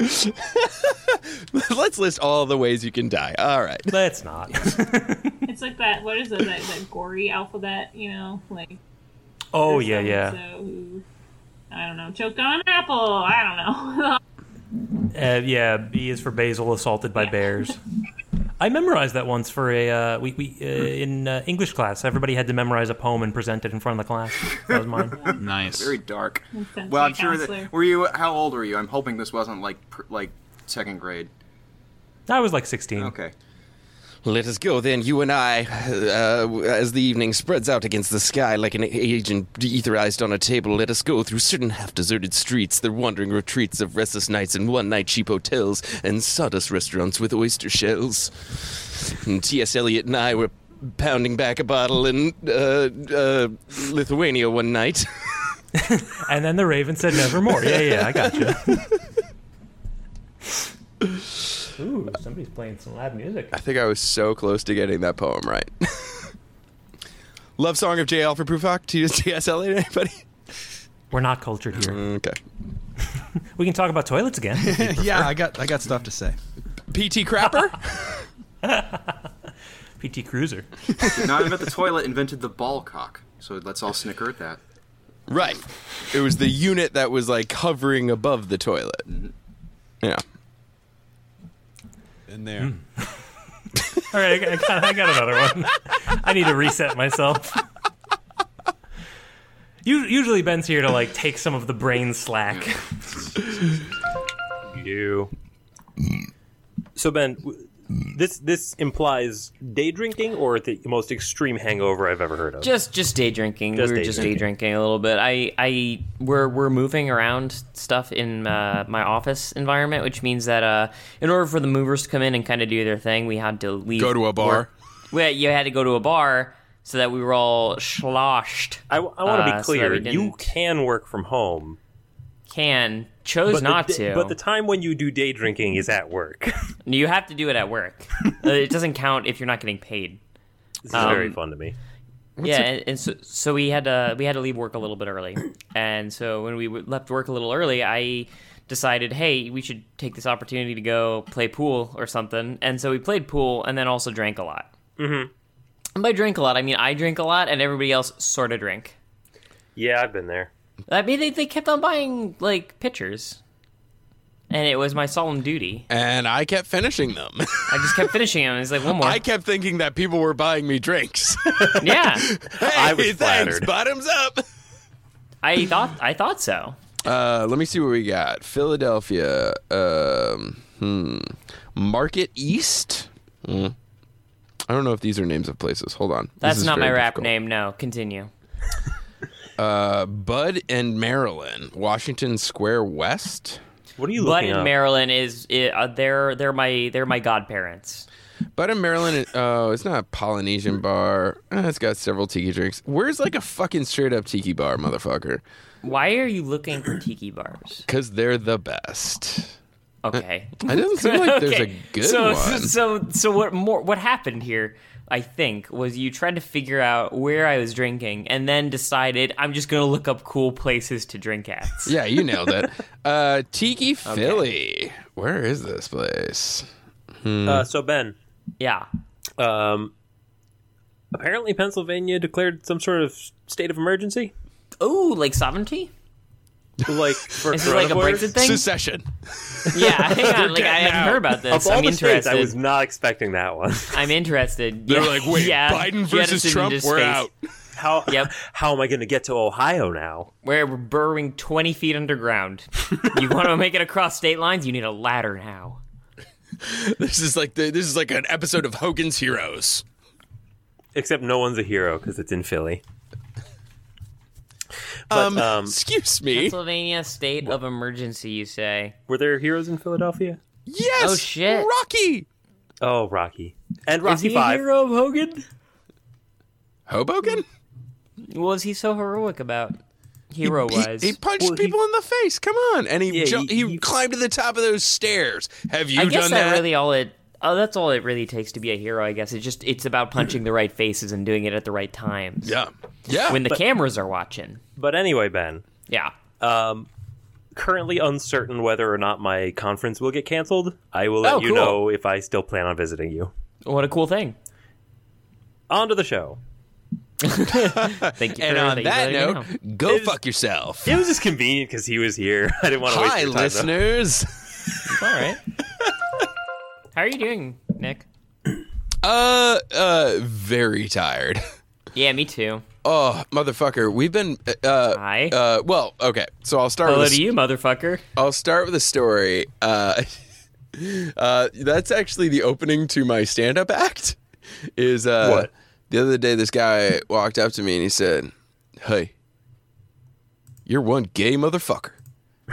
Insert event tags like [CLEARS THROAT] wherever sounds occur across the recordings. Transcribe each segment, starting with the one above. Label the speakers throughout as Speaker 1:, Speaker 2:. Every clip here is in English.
Speaker 1: [LAUGHS] Let's list all the ways you can die. All right.
Speaker 2: Let's not.
Speaker 3: It's like that. What is it? That, that gory alphabet? You know, like
Speaker 2: Oh yeah, yeah.
Speaker 3: so-and-so who, I don't know. Choked on an apple. I don't know. [LAUGHS]
Speaker 2: Uh, yeah, B is for Basil assaulted by bears. I memorized that once for a uh, we we uh, in uh, English class. Everybody had to memorize a poem and present it in front of the class. That was mine.
Speaker 4: Nice.
Speaker 5: Very dark.
Speaker 3: Sensory
Speaker 5: Well, I'm sure
Speaker 3: counselor.
Speaker 5: that. Were you? How old were you? I'm hoping this wasn't like pr- like second grade.
Speaker 2: I was like
Speaker 6: Mm.
Speaker 2: sixteen.
Speaker 5: Okay.
Speaker 1: Let us go then, you and I, uh, as the evening spreads out against the sky like an agent etherized on a table. Let us go through certain half deserted streets, the wandering retreats of restless nights and one night cheap hotels and sawdust restaurants with oyster shells. And T.S. Eliot and I were pounding back a bottle in uh, uh, Lithuania one night. [LAUGHS]
Speaker 2: And then the Raven said, "Nevermore." Yeah, yeah, I got you. Ooh, somebody's playing some loud music.
Speaker 1: I think I was so close to getting that poem right. [LAUGHS] Love song of J. Alfred Prufrock [LAUGHS] to T.S. Eliot, anybody?
Speaker 2: We're not cultured here.
Speaker 1: Okay.
Speaker 2: We can talk about toilets again.
Speaker 4: [LAUGHS]
Speaker 1: [LAUGHS]
Speaker 4: yeah, I got I got stuff to say.
Speaker 1: P.T. Crapper?
Speaker 2: PT Cruiser.
Speaker 5: Not even at the toilet invented the ball cock. So let's all snicker at that.
Speaker 1: [LAUGHS] Right. It was the unit that was like hovering above the toilet. Yeah.
Speaker 4: In there.
Speaker 2: All right, I got, I got another one. I need to reset myself. U- Usually, Ben's here to like take some of the brain slack.
Speaker 6: You. So Ben, w- this this implies day drinking or the most extreme hangover I've ever heard of.
Speaker 7: Just just day drinking.
Speaker 6: Just
Speaker 7: we were
Speaker 6: day
Speaker 7: just
Speaker 6: drinking.
Speaker 7: day drinking a little bit. I I we're we're moving around stuff in uh, my office environment, which means that uh, in order for the movers to come in and kind of do their thing, we had to leave.
Speaker 1: Go to a bar.
Speaker 7: work- Well, you had to go to a bar so that we were all sloshed.
Speaker 6: I, want to
Speaker 7: Uh,
Speaker 6: be
Speaker 7: so that
Speaker 6: clear.
Speaker 7: we
Speaker 6: you
Speaker 7: didn't-
Speaker 6: can work from home,
Speaker 7: Can chose
Speaker 6: but
Speaker 7: not
Speaker 6: the, da-
Speaker 7: to.
Speaker 6: But the time when you do day drinking is at work. [LAUGHS]
Speaker 7: you have to do it at work. Uh, it doesn't count if you're not getting paid.
Speaker 6: this is
Speaker 7: Um,
Speaker 6: very fun to me.
Speaker 7: yeah, and, and so, so we had to we had to leave work a little bit
Speaker 1: [CLEARS THROAT]
Speaker 7: early, and so when we w- left work a little early, I decided, hey, we should take this opportunity to go play pool or something, and so we played pool and then also drank a lot. Mm-hmm. And by drink a lot, I mean I drink a lot, and everybody else sort of drink.
Speaker 6: Yeah, I've been there.
Speaker 7: I mean, they, they kept on buying like pitchers, and it was my solemn duty.
Speaker 1: And I kept finishing them. [LAUGHS]
Speaker 7: I just kept finishing them. It's like one more,
Speaker 1: I kept thinking that people were buying me drinks.
Speaker 7: yeah.
Speaker 1: hey,
Speaker 6: I was
Speaker 1: thanks.
Speaker 6: flattered.
Speaker 1: Bottoms up.
Speaker 7: I thought I thought so.
Speaker 1: Uh, let me see what we got. Philadelphia. Um, hmm. Market East. Hmm. I don't know if these are names of places. Hold on. This
Speaker 7: That's
Speaker 1: is
Speaker 7: not my
Speaker 1: very
Speaker 7: rap
Speaker 1: difficult.
Speaker 7: name. No, continue.
Speaker 1: Bud and Maryland. Washington Square West.
Speaker 6: What are you
Speaker 7: Bud
Speaker 6: looking
Speaker 7: in
Speaker 6: up?
Speaker 7: Maryland is i- uh, they're they're my they're my godparents.
Speaker 1: Bud and Maryland. Oh, it's not a Polynesian bar. Eh, It's got several tiki drinks. Where's like a fucking straight up tiki bar, motherfucker?
Speaker 7: Why are you looking for tiki bars?
Speaker 1: Because they're the best.
Speaker 7: Okay.
Speaker 1: It doesn't seem like there's
Speaker 7: Okay.
Speaker 1: a good
Speaker 7: so,
Speaker 1: one.
Speaker 7: So so what more what happened here? I think was you tried to figure out where I was drinking and then decided I'm just gonna look up cool places to drink at.
Speaker 1: yeah, you nailed it. Uh,
Speaker 7: [LAUGHS]
Speaker 1: tiki Philly. Where is this place?
Speaker 6: Uh, so Ben,
Speaker 7: Yeah.
Speaker 6: um, apparently Pennsylvania declared some sort of state of emergency,
Speaker 7: Oh, like sovereignty? [LAUGHS]
Speaker 6: like for
Speaker 7: Is this like a
Speaker 6: coronavirus.
Speaker 7: Brexit thing?
Speaker 1: Secession. [LAUGHS]
Speaker 7: yeah, hang on, like I
Speaker 1: getting
Speaker 7: hadn't
Speaker 1: out.
Speaker 7: heard about this.
Speaker 6: Of all
Speaker 7: I'm
Speaker 6: the
Speaker 7: interested.
Speaker 6: states, I was not expecting that one. [LAUGHS]
Speaker 7: I'm interested.
Speaker 1: They're
Speaker 7: Yeah,
Speaker 1: like, wait,
Speaker 7: yeah,
Speaker 1: Biden
Speaker 7: get us
Speaker 1: versus
Speaker 7: into
Speaker 1: Trump. We're
Speaker 7: space.
Speaker 1: out. [LAUGHS]
Speaker 6: How
Speaker 7: Yep.
Speaker 6: how am I going to get to Ohio now?
Speaker 7: We're burrowing 20
Speaker 1: [LAUGHS]
Speaker 7: feet underground. you want to make it across state lines? You need a ladder now.
Speaker 1: This is like the, this is like an episode of Hogan's Heroes.
Speaker 6: Except no one's a hero because it's in Philly.
Speaker 1: um,
Speaker 6: um,
Speaker 1: excuse me.
Speaker 7: Pennsylvania state of emergency, you say?
Speaker 6: Were there heroes in Philadelphia?
Speaker 1: Yes.
Speaker 7: Oh, shit.
Speaker 1: Rocky.
Speaker 6: Oh, Rocky and
Speaker 7: Was
Speaker 6: Rocky Five.
Speaker 7: hero of Hogan?
Speaker 1: Hoboken.
Speaker 7: What was he so heroic about? Hero
Speaker 1: He-
Speaker 7: wise.
Speaker 1: He, punched people in the face. Come on, and he
Speaker 6: Yeah,
Speaker 1: ju-
Speaker 6: he-
Speaker 1: he,
Speaker 6: he-
Speaker 1: climbed to the top of those stairs. Have you
Speaker 7: I
Speaker 1: done
Speaker 7: guess that, really all it. Oh, that's all it really takes to be a hero, I guess. It's just it's
Speaker 1: [CLEARS THROAT]
Speaker 7: about punching the right faces and doing it at the right times.
Speaker 1: yeah, yeah.
Speaker 7: When the cameras are watching.
Speaker 6: But anyway, Ben,
Speaker 7: Yeah.
Speaker 6: um, currently uncertain whether or not my conference will get canceled. I will let
Speaker 7: Oh,
Speaker 6: you
Speaker 7: cool.
Speaker 6: know if I still plan on visiting you.
Speaker 7: What a cool thing.
Speaker 6: On to the show.
Speaker 7: Thank you.
Speaker 1: And
Speaker 7: for
Speaker 1: on that
Speaker 7: you letting me
Speaker 1: note,
Speaker 7: know.
Speaker 1: go
Speaker 6: Is-
Speaker 1: fuck yourself.
Speaker 6: It was just convenient because he was here. [LAUGHS] I didn't want to waste
Speaker 1: Hi,
Speaker 6: your time, though.
Speaker 1: listeners. [LAUGHS]
Speaker 7: all right. How are you doing, Nick?
Speaker 1: Uh, uh, very tired. [LAUGHS]
Speaker 7: Yeah, me too.
Speaker 1: Oh, motherfucker, we've been uh
Speaker 7: Hi.
Speaker 1: uh well, okay. So I'll start
Speaker 7: Hello
Speaker 1: with a
Speaker 7: to you, motherfucker.
Speaker 1: I'll start with a story. Uh, [LAUGHS] uh, that's actually the opening to my stand-up act. Is uh,
Speaker 6: What?
Speaker 1: The other day, this guy walked up to me and he said, "Hey, you're one gay motherfucker,"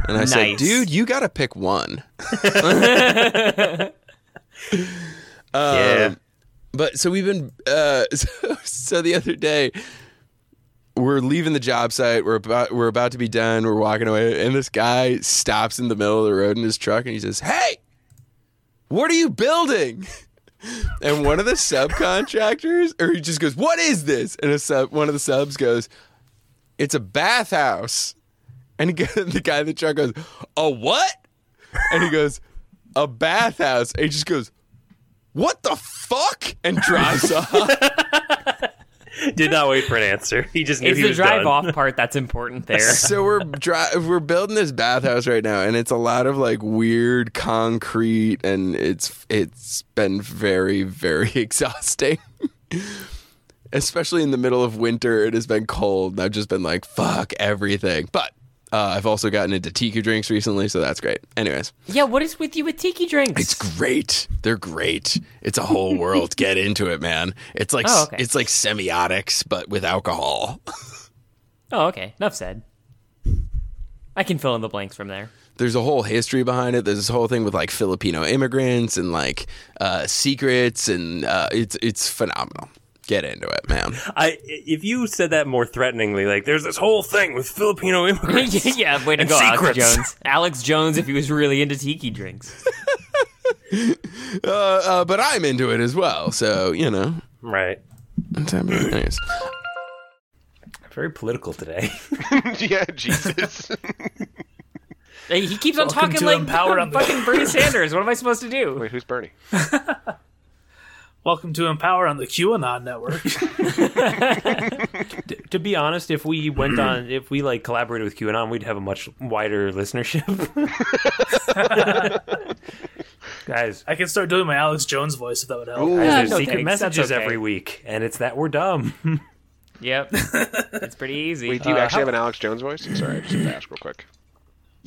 Speaker 1: and I said,
Speaker 7: Nice.
Speaker 1: "Dude, you got to pick one."
Speaker 6: Yeah.
Speaker 7: Um,
Speaker 1: But so we've been uh, [LAUGHS] so, so the other day we're leaving the job site. We're about we're about to be done. We're walking away, and this guy stops in the middle of the road in his truck, and he says, "Hey, what are you building?" [LAUGHS] And one of the subcontractors, or he just goes, "What is this?" And a sub, one of the subs goes, "It's a bathhouse." And he go- [LAUGHS] the guy in the truck goes, "A what?" And he goes, "A bathhouse." And he just goes, "What the fuck?" And [LAUGHS] drives off.
Speaker 6: Did not wait for an answer. He just knew
Speaker 7: It's
Speaker 6: he
Speaker 7: the
Speaker 6: was
Speaker 7: drive
Speaker 6: done.
Speaker 7: off part that's important there.
Speaker 1: so we're dri- we're building this bathhouse right now, and it's a lot of like weird concrete, and it's it's been very very [LAUGHS] exhausting. Especially in the middle of winter, it has been cold, and I've just been like, "Fuck everything." But uh, I've also gotten into tiki drinks recently, so that's great. Anyways,
Speaker 7: [LAUGHS] yeah, what is with you with tiki drinks?
Speaker 1: it's great. They're great. It's a whole [LAUGHS] world. Get into it, man. It's like
Speaker 7: Oh, okay.
Speaker 1: it's like semiotics, but with alcohol.
Speaker 7: oh, okay. Enough said. I can fill in the blanks from there.
Speaker 1: there's a whole history behind it. There's this whole thing with like Filipino immigrants and like uh, secrets, and uh, it's it's phenomenal. Get into it, man.
Speaker 6: I, if you said that more threateningly, like there's this whole thing with Filipino [LAUGHS] immigrants.
Speaker 7: [LAUGHS] yeah, way to
Speaker 6: And
Speaker 7: go, Alex
Speaker 6: secrets.
Speaker 7: Jones. Alex Jones, if he was really into tiki drinks.
Speaker 1: Uh, uh, but I'm into it as well, so you know.
Speaker 6: right.
Speaker 1: it's happening. Anyways,
Speaker 6: Very political today.
Speaker 8: yeah, Jesus.
Speaker 7: Hey, He keeps on
Speaker 2: Welcome
Speaker 7: talking
Speaker 2: to
Speaker 7: like [LAUGHS]
Speaker 2: Empower on the-
Speaker 7: fucking Bernie Sanders. What am I supposed to do?
Speaker 8: Wait, who's Bernie?
Speaker 9: Welcome to Empower on the QAnon [LAUGHS] Network.
Speaker 6: [LAUGHS] to be honest, if we went on, if we like collaborated with QAnon, we'd have a much wider listenership. [LAUGHS] Guys,
Speaker 9: I can start doing my Alex Jones voice if that would help.
Speaker 7: Yeah,
Speaker 6: there's
Speaker 7: no
Speaker 6: secret
Speaker 7: thanks. That's
Speaker 6: messages
Speaker 7: okay.
Speaker 6: every week, and it's that we're dumb.
Speaker 7: Yep. it's pretty easy.
Speaker 8: Wait, do you actually have an Alex Jones voice? Sorry, I just have to ask real quick. [LAUGHS]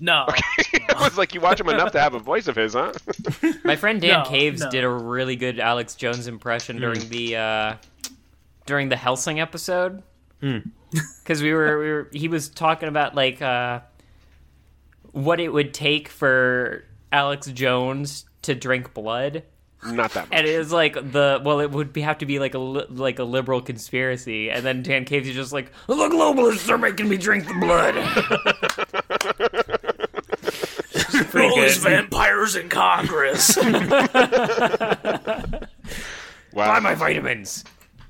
Speaker 9: No.
Speaker 8: it was like you watch him enough to have a voice of his, huh? [LAUGHS]
Speaker 7: My friend Dan
Speaker 9: [LAUGHS] No,
Speaker 7: Caves
Speaker 9: no. Hmm.
Speaker 7: did a really good Alex Jones impression during the uh, during the Helsing episode. [LAUGHS] Because we were we were he was talking about like uh, what it would take for Alex Jones to drink blood,
Speaker 8: Not that much.
Speaker 7: and it was like the well it would be, have to be like a li- like a liberal conspiracy, and then Dan Caves is just like the globalists are making me drink the blood.
Speaker 9: Polish vampires in Congress.
Speaker 7: [LAUGHS]
Speaker 8: Wow.
Speaker 7: Buy my vitamins.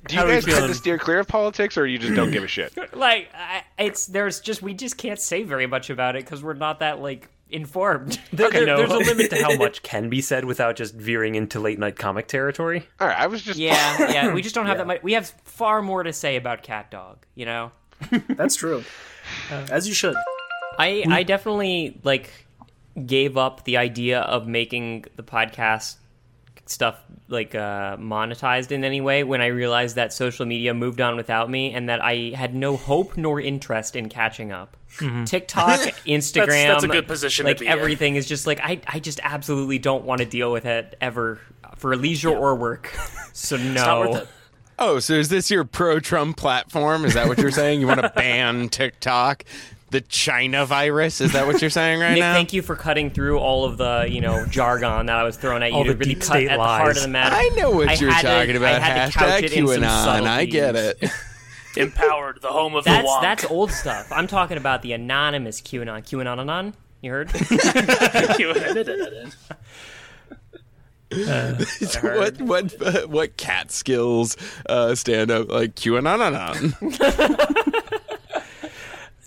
Speaker 8: do you
Speaker 6: are we
Speaker 8: guys tend
Speaker 6: feeling?
Speaker 8: to steer clear of politics, or you just don't give a shit?
Speaker 7: like I, it's there's just we just can't say very much about it because we're not that like informed [LAUGHS]
Speaker 6: There-
Speaker 7: you know?
Speaker 6: There's a limit
Speaker 7: [LAUGHS]
Speaker 6: to how much can be said without just veering into late night comic territory.
Speaker 8: All right, I was just.
Speaker 7: yeah yeah we just don't have that much we have far more to say about cat dog you know
Speaker 9: [LAUGHS] That's true. Uh, As you should.
Speaker 7: i i definitely like gave up the idea of making the podcast stuff like uh monetized in any way when i realized that social media moved on without me and that i had no hope nor interest in catching up tiktok instagram
Speaker 9: Mm-hmm. [LAUGHS] That's, that's a good position
Speaker 7: like
Speaker 9: to be
Speaker 7: everything is just like I, I just absolutely don't want to deal with it ever for leisure or
Speaker 9: [LAUGHS]
Speaker 7: work. So no,
Speaker 9: not worth it.
Speaker 1: oh, so is this your pro-Trump platform? Is that what you're saying? You want to
Speaker 7: [LAUGHS]
Speaker 1: ban TikTok, the China virus? Is that what you're saying right
Speaker 7: Nick,
Speaker 1: now?
Speaker 7: thank you for cutting through all of the you know jargon that I was throwing at you
Speaker 6: All
Speaker 7: to
Speaker 6: the
Speaker 7: really
Speaker 6: deep
Speaker 7: cut
Speaker 6: state
Speaker 7: at the heart
Speaker 6: lies.
Speaker 7: of the matter.
Speaker 1: I know what
Speaker 7: I
Speaker 1: you're
Speaker 7: had to-
Speaker 1: talking
Speaker 7: I
Speaker 1: about.
Speaker 7: had to
Speaker 1: Hashtag
Speaker 7: couch it in some
Speaker 1: QAnon. I get
Speaker 7: subtleties.
Speaker 1: it.
Speaker 7: [LAUGHS]
Speaker 9: in. Empowered, the home of the
Speaker 7: That's
Speaker 9: wonk.
Speaker 7: that's old stuff. I'm talking about the anonymous QAnon. QAnon,
Speaker 1: [LAUGHS]
Speaker 7: you heard?
Speaker 9: [LAUGHS]
Speaker 1: [LAUGHS] what what uh, what cat skills uh, stand up like QAnon?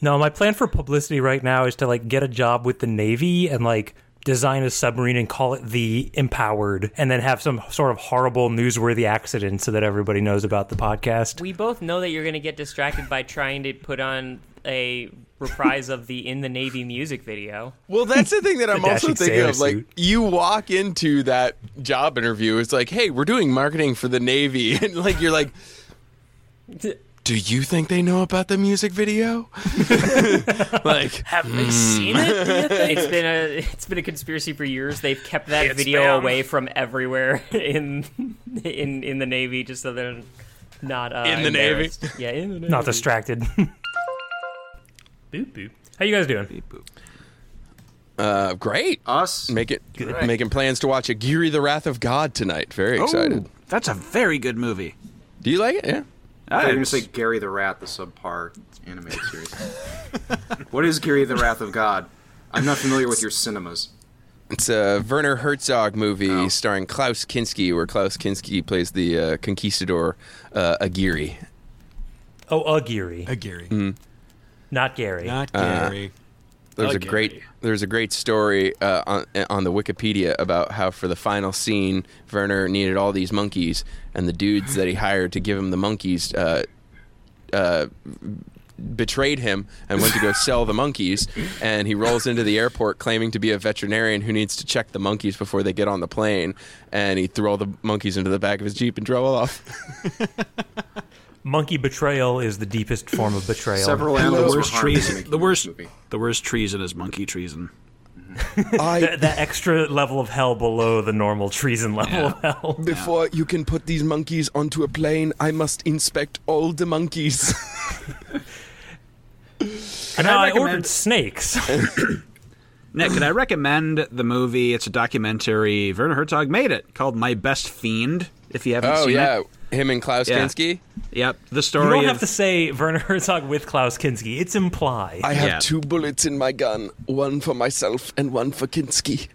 Speaker 6: No, my plan for publicity right now is to like get a job with the Navy and like design a submarine and call it the Empowered, and then have some sort of horrible newsworthy accident so that everybody knows about the podcast.
Speaker 7: We both know that you're going to get distracted by trying to put on a reprise of the In the Navy music
Speaker 1: [LAUGHS]
Speaker 7: video.
Speaker 1: Well, that's the thing that I'm
Speaker 6: [LAUGHS] The
Speaker 1: also
Speaker 6: dashing
Speaker 1: thinking
Speaker 6: sailor
Speaker 1: of. Like,
Speaker 6: suit.
Speaker 1: you walk into that job interview, it's like, hey, we're doing marketing for the Navy. [LAUGHS] And, like, you're like, do you think they know about the music video? like,
Speaker 9: Have they seen it? do you think?
Speaker 7: It's been a it's been a conspiracy for years. They've kept that
Speaker 9: It's
Speaker 7: video
Speaker 9: been-
Speaker 7: away from everywhere [LAUGHS] in in in the Navy, just so they're not uh,
Speaker 1: In the Navy?
Speaker 7: embarrassed. Yeah, in the Navy.
Speaker 6: Not [LAUGHS] distracted. boop boop. How you guys doing?
Speaker 1: uh, great.
Speaker 5: Us?
Speaker 1: Make it, making plans to watch Agiri, The Wrath of God tonight. Very excited.
Speaker 4: Ooh, that's a very good movie.
Speaker 1: Do you like it? Yeah.
Speaker 5: They're going to say Gary the Rat, the subpar animated series. [LAUGHS] what is Gary the Wrath of God? I'm not familiar with your cinemas.
Speaker 1: It's a Werner Herzog movie starring Klaus Kinski, where Klaus Kinski plays the uh, conquistador uh, Agiri.
Speaker 6: Oh, Aguirre,
Speaker 4: a Gary,
Speaker 5: Mm,
Speaker 6: not Gary.
Speaker 4: not
Speaker 5: uh,
Speaker 4: Gary.
Speaker 1: there's a
Speaker 9: Okay.
Speaker 1: great there's a great story uh, on on the Wikipedia about how for the final scene Werner needed all these monkeys and the dudes that he hired to give him the monkeys uh, uh, betrayed him and went to go sell the monkeys and he rolls into the airport claiming to be a veterinarian who needs to check the monkeys before they get on the plane and he threw all the monkeys into the back of his jeep and drove [LAUGHS] off.
Speaker 6: Monkey betrayal is the deepest form of betrayal.
Speaker 5: Several
Speaker 4: the
Speaker 5: animals were
Speaker 4: worst
Speaker 5: harmed in
Speaker 4: treason.
Speaker 5: making
Speaker 4: The
Speaker 5: this
Speaker 4: worst.
Speaker 5: movie.
Speaker 4: The worst treason is monkey treason.
Speaker 1: I
Speaker 6: Th- that extra level of hell below the normal treason level
Speaker 1: [LAUGHS]
Speaker 6: of hell.
Speaker 1: before you can put these monkeys onto a plane, I must inspect all the monkeys.
Speaker 6: And now I,
Speaker 4: recommend-
Speaker 6: ordered snakes.
Speaker 4: Nick, can I recommend the movie? It's a documentary. Werner Herzog made it called My Best Fiend. If you haven't
Speaker 1: Oh
Speaker 4: seen
Speaker 1: yeah,
Speaker 4: it,
Speaker 1: him and Klaus
Speaker 4: Yeah.
Speaker 1: Kinski.
Speaker 4: yep. The
Speaker 6: You
Speaker 4: story
Speaker 6: don't have
Speaker 4: of
Speaker 6: to say Werner Herzog with Klaus Kinski. It's implied.
Speaker 1: I have
Speaker 4: Yeah.
Speaker 1: two bullets in my gun, one for myself and one for Kinski.